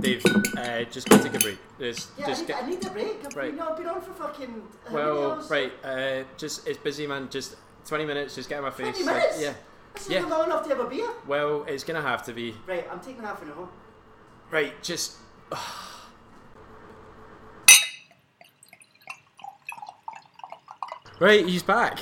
Dave, uh, just go take a break. Just, Yeah, I, just need, get, I need a break. I've Right. been, I've been on for fucking. how many well, hours? right. Uh, just it's busy, man. Just twenty minutes. Just get in my face. 20 like, minutes? uh, yeah. That's yeah. not long enough to have a beer. Well, it's gonna have to be. Right, I'm taking half an hour. Right. Just. right. He's back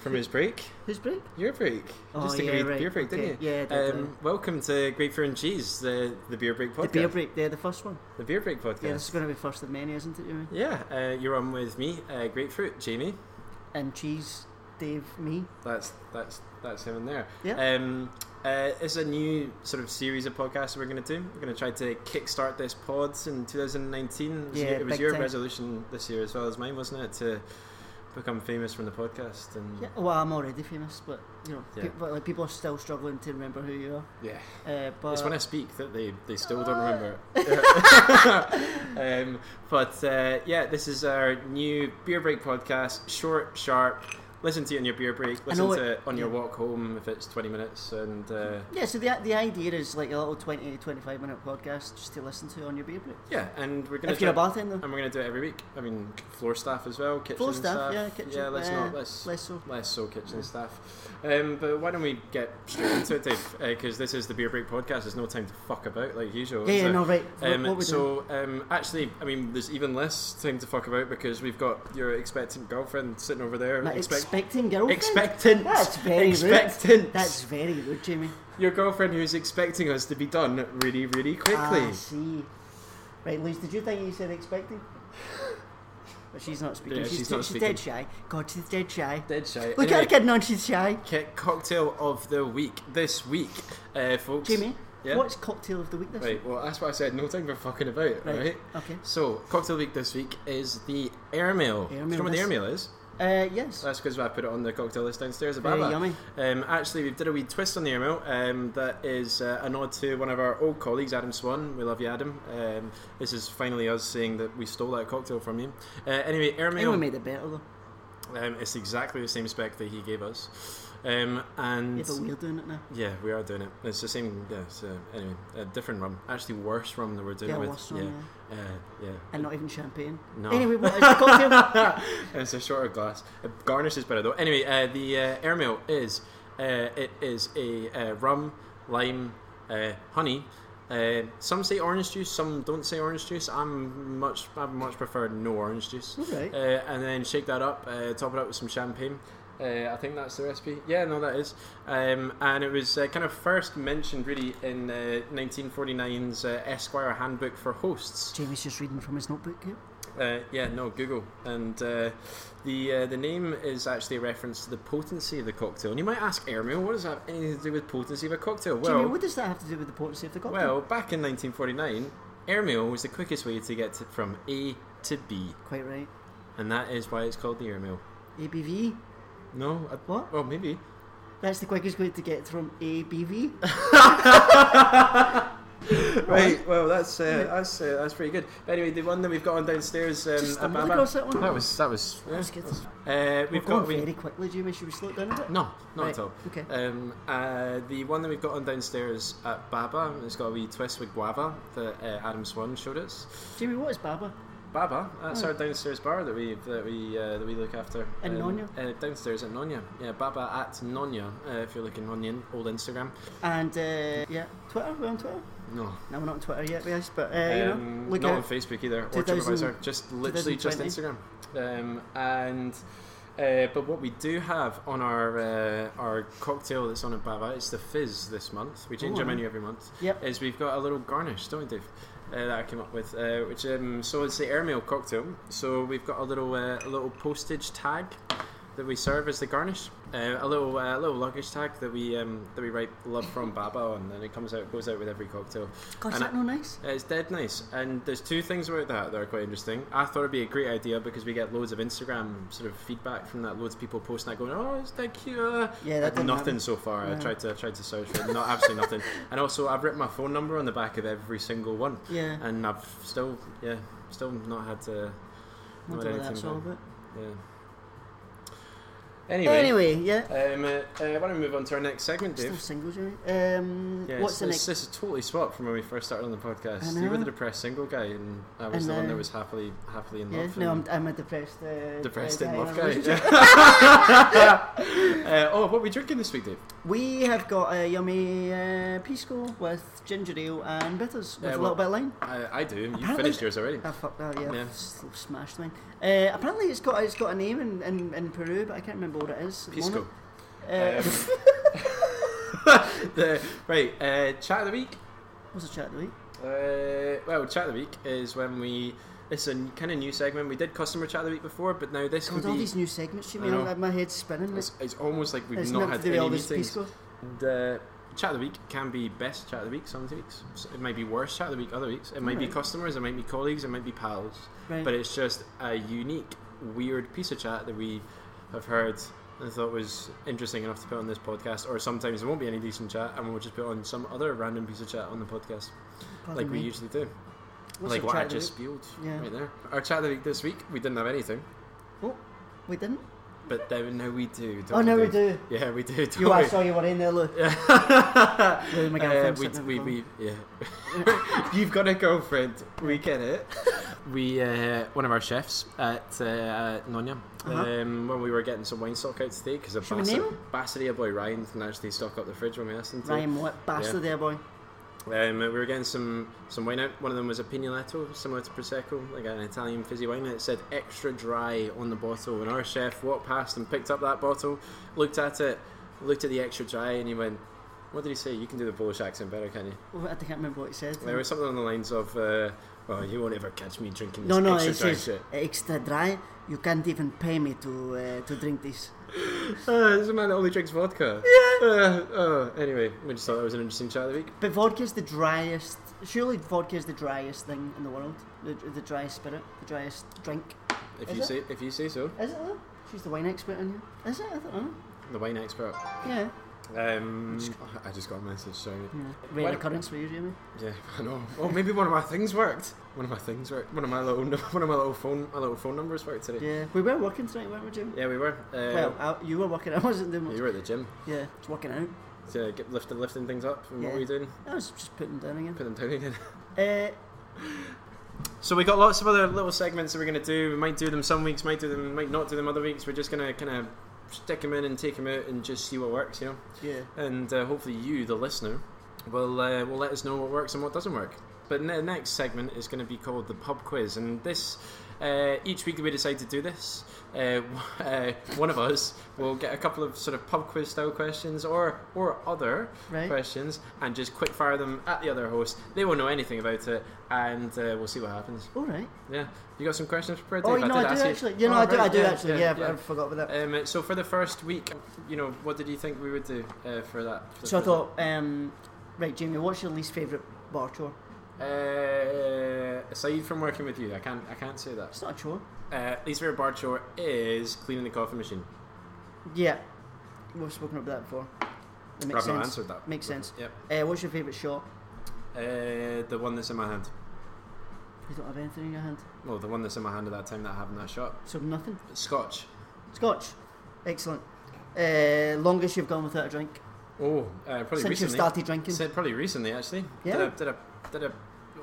from his break. Who's break? Your break. Oh, just took yeah, a wee right, beer break, didn't okay. you? Yeah, I did, um, Welcome to Grapefruit and Cheese, the the beer break podcast. The beer break there, the first one. The beer break podcast. Yeah, this is going to be first of many, isn't it, Jimmy? Yeah, uh, you're on with me, uh, Grapefruit, Jamie. And cheese, Dave, me. That's that's that's him in there. Yeah. Um, uh, it's a new sort of series of podcasts we're going to do. We're going to try to kickstart this pod in 2019. It was, Yeah, it was big your time. resolution this year as well as mine, wasn't it, to become famous from the podcast? And Yeah, well, I'm already famous, but you know, Yeah. peop but, like people are still struggling to remember who you are. yeah. Uh, but it's when I speak that they, they still Uh, don't remember. um, but uh, yeah, this is our new beer break podcast. Short, sharp. Listen to it on your beer break. Listen know to it- it on your yeah. walk home if it's twenty minutes. And uh, yeah, so the the idea is like a little 20 25 minute podcast just to listen to on your beer break. yeah, and we're gonna If you're a try- bartender, and we're gonna do it every week. I mean, floor staff as well, kitchen floor staff, yeah, kitchen, Yeah, let's uh, not let's less so. less so kitchen staff. Um, but why don't we get straight into it, Dave? Because this is the beer break podcast. There's no time to fuck about like usual. Yeah, is yeah, there? no, right. What, Um, what we doing? so um, actually, I mean, there's even less time to fuck about because we've got your expectant girlfriend sitting over there. My Expect- expecting girlfriend. expectant. That's very expectant. rude. That's very rude, Jamie. your girlfriend who's expecting us to be done really, really quickly. I Ah, see. Right, Liz, did you think you said expecting? But she's not speaking. Yeah, she's, she's not she's dead speaking. shy. God, she's dead shy. Dead shy. Look at her Anyway, getting on, she's shy. Kit cocktail of the week this week, uh, folks. Jamie, Yeah? what's cocktail of the week this Right. Well, that's what I said. No time for fucking about. week? Right. Okay. So cocktail week this week is the airmail. Do you know what the Airmail, airmail is? Uh, yes. That's because I put it on the cocktail list downstairs at Very Baba. yummy. Um, actually, we've did a wee twist on the airmail. Um, that is uh, a nod to one of our old colleagues, Adam Swan. We love you, Adam. Um, this is finally us saying that we stole that cocktail from you. Uh, anyway, airmail. Anyone made it better though. Um, it's exactly the same spec that he gave us. Um, and Yeah, but we're doing it now. Yeah, we are doing it. It's the same. Yeah. So anyway, a different rum. Actually, worse rum than we're doing Yeah, it with. worse rum, yeah. Uh, yeah. And not even champagne. No. Anyway, what is the cocktail? it's a shorter glass. Uh, garnish is better though. Anyway, uh, the uh, airmail is uh, it is a uh, rum, lime, uh, honey. Uh, some say orange juice, some don't say orange juice. I'm much I much prefer no orange juice. Okay. Uh, and then shake that up, uh, top it up with some champagne. Uh, I think that's the recipe. Yeah, no, that is. Um, and it was uh, kind of first mentioned really in uh, 1949's uh, Esquire Handbook for Hosts. Jamie's just reading from his notebook here. Uh, yeah, no, Google, and uh, the uh, the name is actually a reference to the potency of the cocktail. And you might ask, Airmail, what does that have anything to do with potency of a cocktail? Well, Jamie, what does that have to do with the potency of the cocktail? well, back in 1949, airmail was the quickest way to get to, from A to B, Quite right. and that is why it's called the airmail. ABV. No, I, What? Well, maybe. That's the quickest way to get from ABV. Um, Right. Well, that's uh, that's uh, that's pretty good. But anyway, the one that we've got on downstairs, um, Just at stumbled Baba- across that one. was that was. That's good. Uh, We're we've going got we, very quickly, Jamie. Should we slow it down a bit? No, not Right, at all. okay. Um, uh, the one that we've got on downstairs at Baba, it's got a wee twist with guava that uh, Adam Swan showed us. Jamie, what is Baba? Baba, that's Oh. our downstairs bar that we that we uh, that we look after. In Uh, downstairs at Nonya. Yeah, Baba at Nonya. Uh, if you're looking on the in- old Instagram. And uh, yeah, Twitter. We're on Twitter. No. No, we're not on Twitter yet, guys. But uh, you know, Um, look not on out. Facebook either, or 2000 TripAdvisor, just literally just 2020. Instagram. Um, and uh, but what we do have on our uh, our cocktail that's on at Baba, it's the fizz this month. We change Oh, our yeah. menu every month. Yep. Is we've got a little garnish, don't we, Dave? Uh, that I came up with, uh, which um, so it's the airmail cocktail. So we've got a little uh, a little postage tag that we serve as the garnish, uh, a little uh, little luggage tag that we um, that we write "Love from Baba" on, and it comes out goes out with every cocktail. God, is and that no nice? Uh, It's dead nice, and there's two things about that that are quite interesting. I thought it'd be a great idea because we get loads of Instagram sort of feedback from that, loads of people posting that going, "Oh, it's that cute." uh." Yeah, that Had didn't nothing happen. so far. I No. tried to I tried to search for it, not absolutely nothing. And also, I've written my phone number on the back of every single one, Yeah. and I've still yeah still not had to. Wonder what that's all anything about. Yeah. Anyway, Anyway, yeah. Um, uh, uh, why don't we move on to our next segment, Still Dave? singles, right? Um, Yeah, what's the it's- next? This is totally swapped from when we first started on the podcast. I You were know. the depressed single guy, and I was I the one know. that was happily, happily in Yeah, love. no, I'm, and I'm a depressed, uh, depressed uh, in guy love a guy. relationship. uh, oh, what are we drinking this week, Dave? We have got a yummy uh, pisco with ginger ale and bitters with Uh, a well- little bit of lime. I, I do. You Apparently- finished yours already. I fucked that, yeah, Yeah. s- smashed mine. Uh, apparently, it's got it's got a name in, in, in Peru, but I can't remember what it is. at the Pisco. moment. Uh, Um, the, right, uh, chat of the week. what's the chat of the week? Uh, well, chat of the week is when we. It's a kind of new segment. We did customer chat of the week before, but now this God, can all be. these new segments, you I mean? know. I'm- my head's spinning. It's, it's almost like we've it's not not had to do with any all this meetings. pisco. And, uh, chat of the week can be best chat of the week some weeks. So it might be worst chat of the week other weeks. It might be Alright. customers, it might be colleagues, it might be pals. Right. But it's just a unique, weird piece of chat that we have heard and thought was interesting enough to put on this podcast. Or sometimes there won't be any decent chat and we'll just put on some other random piece of chat on the podcast, Pardon like we me. usually do. What's like the what chat I of the just week? spilled Yeah. right there. Our chat of the week this week, we didn't have anything, Oh, we didn't. but then now we do. Oh don't no, we Dave? do. Yeah, we do. don't You, I we? saw you were in there, Lou. Yeah. Lou, my Uh, girlfriend. we, sitting we, in the corner. we, yeah. You've got a girlfriend. We get it. We, uh, one of our chefs at uh, Nonya, Uh-huh. um, when we were getting some wine stock out today, because a Should we name Basseria, him? Basseria boy Ryan didn't actually stock up the fridge when we asked him to. Ryan, what bastard there, boy? Um, we were getting some, some wine out. One of them was a Pignoletto, similar to Prosecco, like an Italian fizzy wine. And it said extra dry on the bottle. And our chef walked past and picked up that bottle, looked at it, looked at the extra dry, and he went, What did he say? You can do the Polish accent better, can you? Oh, I can't remember what it said. There was something on the lines of, uh, "Well, you won't ever catch me drinking this No, no, extra it dry says shit." extra dry. You can't even pay me to uh, to drink this. Uh, this is a man that only drinks vodka. Yeah. Uh, oh, anyway, we just thought that was an interesting chat of the week. But vodka is the driest. Surely vodka is the driest thing in the world. The, the driest spirit, the driest drink. If Is you it? say, if you say so, Is it though? She's the wine expert on you. Is it? I don't know. the wine expert. Yeah. Um, I just got a message. Sorry. yeah. Why Rare don't- occurrence for you, Jamie. Yeah, I know. Oh, maybe one of my things worked. One of my things worked. One of my little, one of my little phone, my little phone numbers worked today. Yeah. We were working tonight, weren't we, Jamie? Yeah, we were. Uh, Well, I, you were working. I wasn't doing much. you were at the gym Yeah, it's working out. to get lifted, lifting things up. And what Yeah. were you doing? I was just putting down again. Putting them down again. Uh, So we got lots of other little segments that we're going to do. We might do them some weeks, might do them, might not do them other weeks. We're just going to kind of stick them in and take them out and just see what works, you know. yeah. And uh, hopefully you, the listener, will uh, will let us know what works and what doesn't work. But the next segment is going to be called the pub quiz, and this uh, each week that we decide to do this, uh, uh, one of us will get a couple of sort of pub quiz style questions or or other Right. questions, and just quick fire them at the other host. They won't know anything about it, and uh, we'll see what happens. All right. Yeah, you got some questions prepared. Oh, Dave? you know, did I do ask you- actually. You Oh, know, I do. right, I do actually. Yeah, I forgot about that. Um, so for the first week, you know, what did you think we would do uh, for that? for the So I first thought, um, right, Jamie, what's your least favourite bar chore? week? Uh, aside from working with you, I can't. I can't say that. It's not a chore. Uh, least favorite bar chore is cleaning the coffee machine. Yeah, we've spoken about that before. It I've makes not sense. answered that. Makes sense. Yep. Uh, what's your favourite shot? Uh, the one that's in my hand. You don't have anything in your hand, Well, the one that's in my hand at that time that I have in that shop. so nothing. Scotch. Scotch, excellent. Uh, longest you've gone without a drink Oh, uh, probably since you've recently. started drinking. Said probably recently actually. Yeah. Did a, did a, did a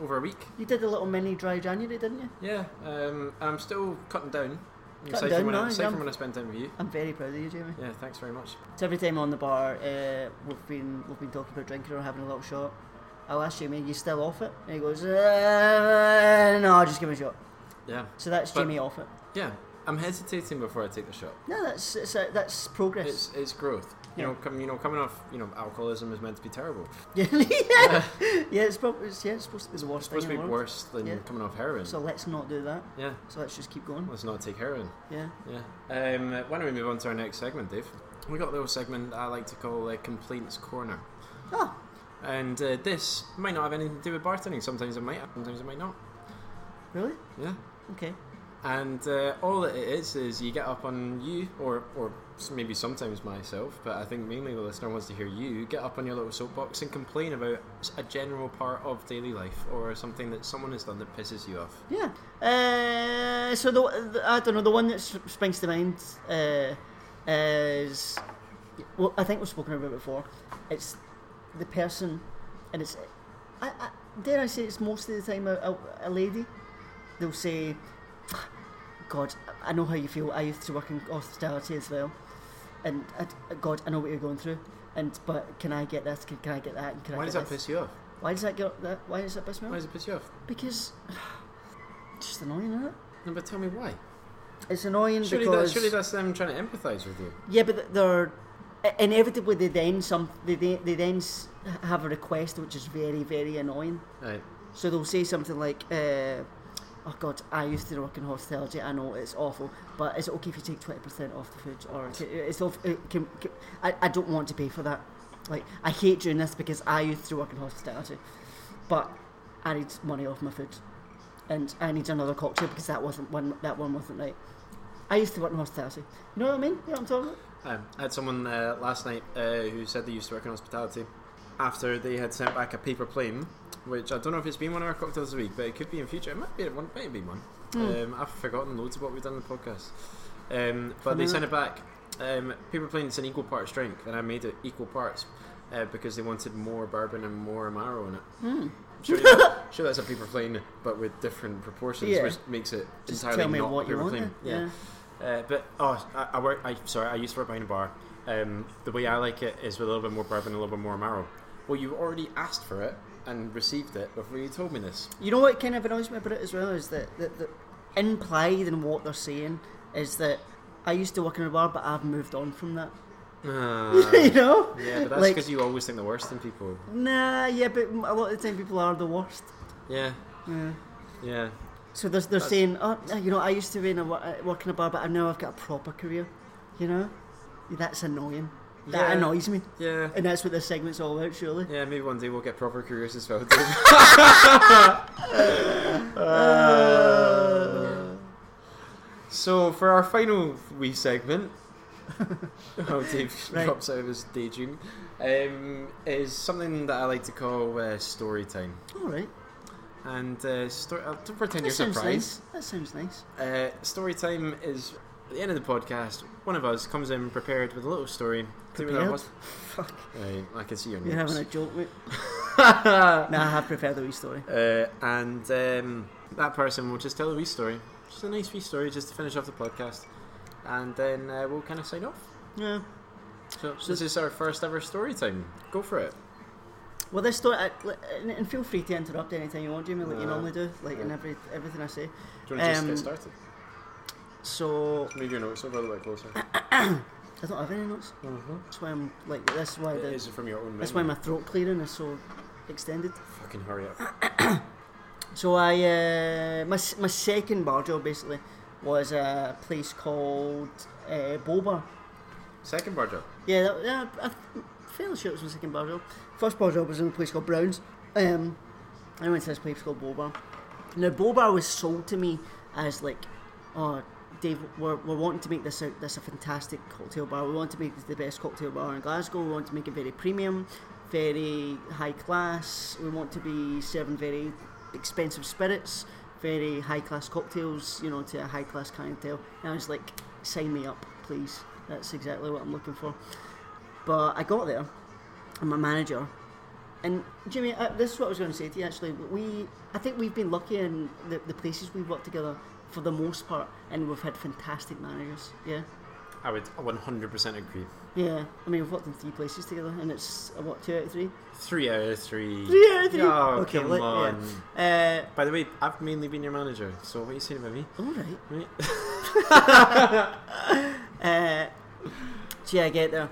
over a week. you did a little mini dry January, didn't you? Yeah, um, I'm still cutting down. Cutting aside down, from when, I, nice, aside yeah. from when I spend time with you. I'm very proud of you, Jamie. Yeah, thanks very much. So every time on the bar, uh, we've been we've been talking about drinking or having a little shot. I'll ask Jamie, you still off it? And he goes, uh, no, I'll just give him a shot. Yeah, So that's But- Jamie off it. yeah. I'm hesitating before I take the shot. No, that's it's a, that's progress. It's it's growth. You Yeah. know, com- you know, coming off, you know, alcoholism is meant to be terrible. yeah, yeah, yeah, it's probably it's, yeah, it's supposed to be the It's worst thing supposed in to be the world. worse than Yeah. coming off heroin. So let's not do that. yeah, So let's just keep going. let's not take heroin. Yeah. Yeah. Um, why don't we move on to our next segment, Dave? We got a little segment that I like to call uh, complaints corner. Oh, And uh, this might not have anything to do with bartending. Sometimes it might. Sometimes it might not. really? Yeah. Okay. And uh, all that it is is you get up on you, or or s- maybe sometimes myself, but I think mainly the listener wants to hear you get up on your little soapbox and complain about s- a general part of daily life or something that someone has done that pisses you off. Yeah. Uh, so the, the I don't know the one that s- springs to mind uh, is well, I think we've spoken about it before. It's the person, and it's I, I dare I say it's most of the time a, a, a lady. They'll say, "God, I know how you feel. I used to work in hospitality as well, and I, God, I know what you're going through. And but can I get this? Can, can I get that? And can I Why get does that this? piss you off? Why does that get that? Why does that piss me Why off? does it piss you off? Because it's just annoying, isn't it? No, but tell me why. It's annoying Surely, that, because surely that's them trying to empathise with you. yeah, but th- they're inevitably they then some they then, they then s- have a request which is very very annoying. Right. So they'll say something like, uh, "Oh God, I used to work in hospitality. I know it's awful, but is it okay if you take twenty percent off the food? Or ca- it's off, uh, can, can, I, I don't want to pay for that. Like I hate doing this because I used to work in hospitality, but I need money off my food, and I need another cocktail because that wasn't one that one wasn't right. I used to work in hospitality. You know what I mean? You know what I'm talking about? Um, I had someone uh, last night uh, who said they used to work in hospitality after they had sent back a paper plane, which I don't know if it's been one of our cocktails a week, but it could be in future. It might be one. Might be one. Hmm. Um, I've forgotten loads of what we've done in the podcast. Um, but they Familiar. sent it back. Um, paper plane's an equal parts drink, and I made it equal parts uh, because they wanted more bourbon and more amaro in it. Hmm. Sure, that, sure, that's a paper plane, but with different proportions, Yeah. which makes it Just entirely tell me not what you paper want. plane. then. yeah. Uh, but oh, I, I work. I sorry, I used to work behind a bar. Um, the way I like it is with a little bit more bourbon, and a little bit more marrow. Well, you already asked for it and received it before you told me this. You know what kind of annoys me about it as well is that, that, that implied in what they're saying is that I used to work in a bar, but I've moved on from that. Ah. you know? yeah, but that's Like- because you always think the worst in people. Nah, yeah, but a lot of the time people are the worst. Yeah, Yeah. yeah. So they're, they're That's- saying, oh, no, you know, I used to be in a, wo- uh, work in a bar, but I- now I've got a proper career. You know? That's annoying. That Yeah. annoys me. Yeah, And that's what this segment's all about, surely. yeah. Maybe one day we'll get proper careers as well. Dave. Uh, so for our final wee segment, oh Dave Right. drops out of his daydream, um, is something that I like to call uh, story time. All right. And uh, story, uh, don't pretend That you're sounds surprised. nice. That sounds nice. Uh, story time is at the end of the podcast. One of us comes in prepared with a little story. Do we know Prepared? what- Fuck. Right, I can see your You're having a notes. joke, mate. Nah, I have preferred the wee story. Uh, and um, that person will just tell a wee story, just a nice wee story, just to finish off the podcast, and then uh, we'll kind of sign off. Yeah. So, this is our first ever story time. Go for it. Well, this story, I, li- and- uh, and feel free to interrupt anytime you want, Jamie, like you No. normally do, like in Yeah. every everything I say. Do you want to just Um, get started? So Move your notes over a little bit closer. I don't have any notes. mm-hmm. That's why I'm like. That's why the, Is it from your own? Uh-huh. that's why my memory? throat clearing is so extended. Fucking hurry up. So I uh, my s- my second bar job basically was a place called uh, Boba. Second bar job. Yeah, that, yeah, I- I'm fairly sure it was my second bar job. First bar job was in a place called Browns. Um, I went to this place called Bobar. Now Bobar was sold to me as like, oh, Dave, we're, we're wanting to make this a, this a fantastic cocktail bar. We want to make this the best cocktail bar in Glasgow. We want to make it very premium, very high class. We want to be serving very expensive spirits, very high class cocktails. You know, to a high class clientele. And I was like, sign me up, please. That's exactly what I'm looking for. But I got there, and my manager, and Jimmy, uh, this is what I was going to say to you actually. We, I think we've been lucky in the, the places we've worked together for the most part, and we've had fantastic managers. Yeah, I would 100% agree. yeah. I mean, we've worked in three places together, and it's uh, what two out of three. Three out of three. Three out of three. Oh, okay, come like, on. Yeah. Uh, By the way, I've mainly been your manager, so what are you saying about me? all right. Right? Uh, so yeah, I get there,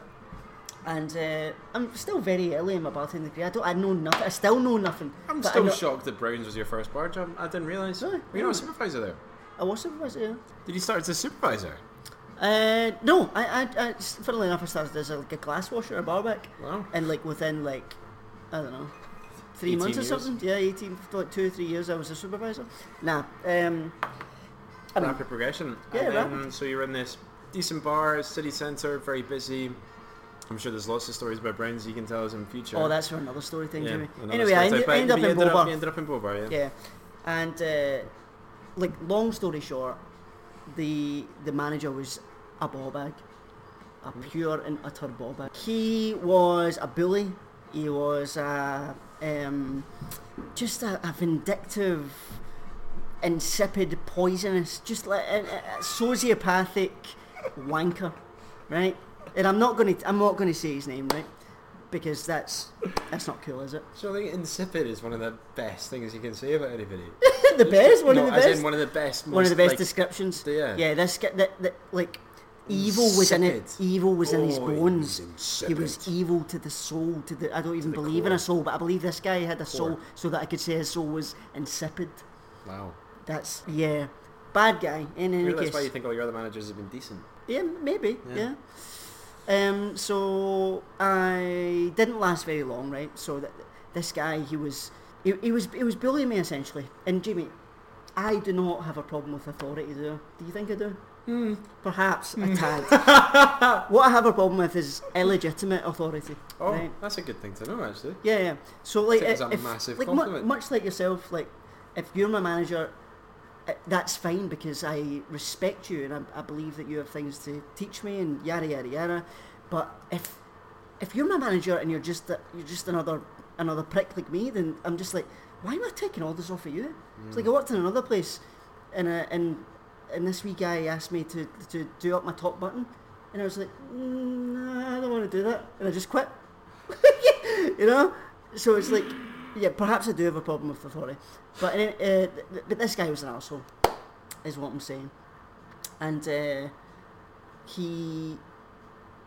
and uh, I'm still very early in my bartending degree. I don't. I know nothing. I still know nothing. I'm but I still know- shocked that Browns was your first bar job. I didn't realise. No, Were you no. not a supervisor there? I was supervisor. Yeah. Did you start as a supervisor? Uh, no, I, I, I, funnily enough, I started as a, like a glass washer, a barback, Wow. and like within like, I don't know, three 18 months years? or something. Yeah, eighteen, like two or three years, I was a supervisor. Nah, um, I mean, oh, Rapid progression. Yeah, and then, so you're in this decent bar, city centre, very busy. I'm sure there's lots of stories about Browns you can tell us in future. oh, that's for another story thing, Yeah, Jimmy. another Anyway, story. I ended, But I ended up you in ended Boba. you ended up in Boba, yeah. yeah, and uh, like long story short, the the manager was a ball bag. a pure and utter bobber. He was a bully. He was a, um, just a, a vindictive, insipid, poisonous, just like a, a- a sociopathic wanker, right? And I'm not gonna I'm not gonna say his name, right? Because that's that's not cool, is it? So I think insipid is one of the best things you can say about anybody. the best, one no, of the as best, in one, one of the best. of the most, best like, descriptions. yeah. yeah. This that, that like evil was in it. Insipid. Evil was in his Oh, he was bones. He insipid. was evil to the soul. To the I don't even the believe in core. a soul, but I believe this guy had a soul, Core. so that I could say his soul was insipid. Wow. That's yeah, bad guy. In any Maybe that's case, why you think all your other managers have been decent. yeah, maybe. Yeah. Yeah. Um. So I didn't last very long, right? So that this guy, he was, he, he was, he was bullying me essentially. And Jamie, I do not have a problem with authority. Do I? do you think I do? Hmm. Perhaps Hmm. a tad. what I have a problem with is illegitimate authority. Oh, right? that's a good thing to know, actually. Yeah, yeah. So like, Take it as a if, massive like mu- compliment. much like yourself, like if you're my manager, uh, that's fine because I respect you and I, I believe that you have things to teach me and yada yada yada. But if if you're my manager and you're just a, you're just another another prick like me, then I'm just like, why am I taking all this off of you? Hmm. It's like I worked in another place, and uh, and and this wee guy asked me to to do up my top button, and I was like, "Mm, nah, I don't want to do that, and I just quit. you know, so it's like, yeah, perhaps I do have a problem with authority, but uh, uh, but this guy was an asshole, is what I'm saying, and uh, he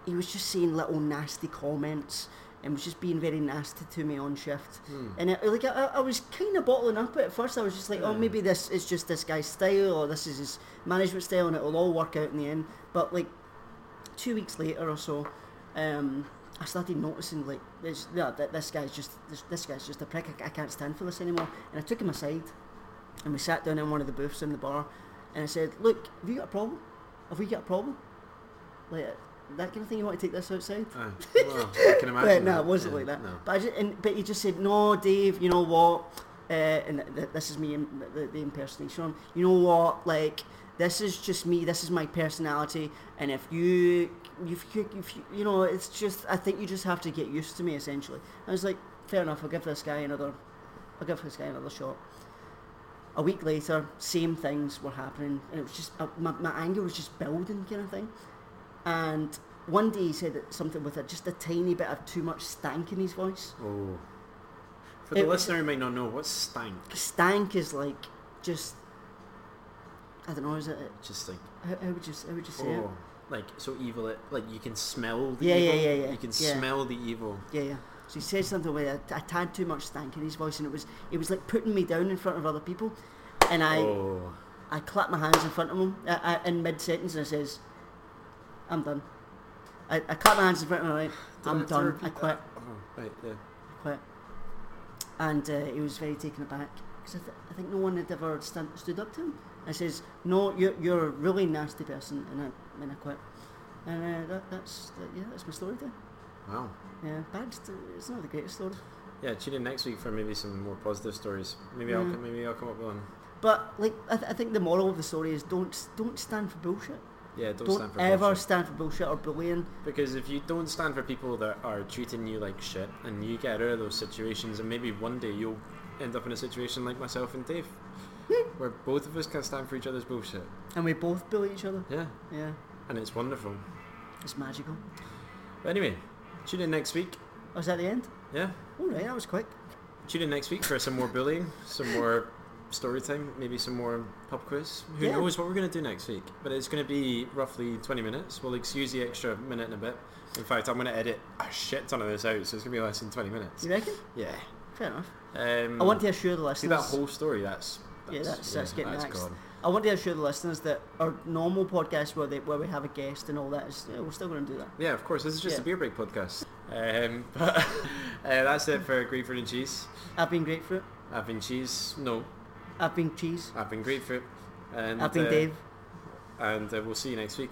he was just saying little nasty comments and was just being very nasty to me on shift. Hmm. And it, like I, I was kind of bottling up at first. I was just like, oh, maybe this is just this guy's style or this is his management style, and it'll all work out in the end. But like two weeks later or so, um, I started noticing like this, yeah, th- this guy's just this, this guy's just a prick. I, I can't stand for this anymore. And I took him aside, and we sat down in one of the booths in the bar, and I said, look, have you got a problem? Have we got a problem? Like that kind of thing. You want to take this outside? Oh, well, I can imagine. But no, that. it wasn't Yeah, like that. No. But I just, and, but he just said, "No, Dave, you know what?" Uh, and th- th- this is me, im- the, the impersonation. on, You know what? Like, this is just me. This is my personality. And if you, if you, if you, you know, it's just. I think you just have to get used to me. Essentially, I was like, "Fair enough. I'll give this guy another. I'll give this guy another shot." A week later, same things were happening, and it was just uh, my, my anger was just building, kind of thing. And one day he said that something with a, just a tiny bit of too much stank in his voice. Oh. For It the was- listener who might not know, what's stank? Stank is like just I don't know. Is it Just like how, how would you how would you say oh, like so evil. It like you can smell the Yeah, yeah, evil. yeah, yeah, You can yeah. smell the evil. it? Yeah, yeah. So he said something with a, a tad too much stank in his voice, and it was it was like putting me down in front of other people, and I oh, I clap my hands in front of him I, I, in mid sentence, and I says, "I'm done." I, I clap my hands in front of him. Like, Did I I'm have to done. I repeat quit. that? Oh, right, yeah. quit. And uh, he was very taken aback because I, th- I think no one had ever stand- stood up to him. I says, "No, you're, you're a really nasty person," and I and I quit. And uh, that, that's that, yeah, that's my story there. Wow. Yeah, bad. st- It's not the greatest story, Yeah, tune in next week for maybe some more positive stories. Maybe I'll Yeah. come- maybe I'll come up with one. but like I, th- I think the moral of the story is don't s- don't stand for bullshit. Yeah, don't, stand for ever bullshit. stand for bullshit or bullying. Because if you don't stand for people that are treating you like shit, and you get out of those situations, and maybe one day you'll end up in a situation like myself and Dave, where both of us can stand for each other's bullshit. And we both bully each other. Yeah, Yeah, and it's wonderful. it's magical. But anyway, tune in next week. Oh, is that the end? Yeah, All right, that was quick. tune in next week for some more bullying, some more story time, maybe some more pub quiz. Who Yeah. knows what we're going to do next week? But it's going to be roughly 20 minutes. We'll excuse the extra minute and a bit. In fact, I'm going to edit a shit ton of this out, so it's going to be less than 20 minutes. You reckon? Yeah. Fair enough. Um, I want to assure the listeners. See that whole story. That's, Yeah, that's- that's getting axed. gone. I want to assure the listeners that our normal podcast where they, where we have a guest and all that is yeah, we're still going to do that. Yeah, of course. This is just Yeah. a beer break podcast. Um, but uh, that's it for grapefruit and cheese. I've been grapefruit. I've been cheese. No, I've been cheese. I've been grapefruit. And, I've been uh, Dave. And uh, we'll see you next week.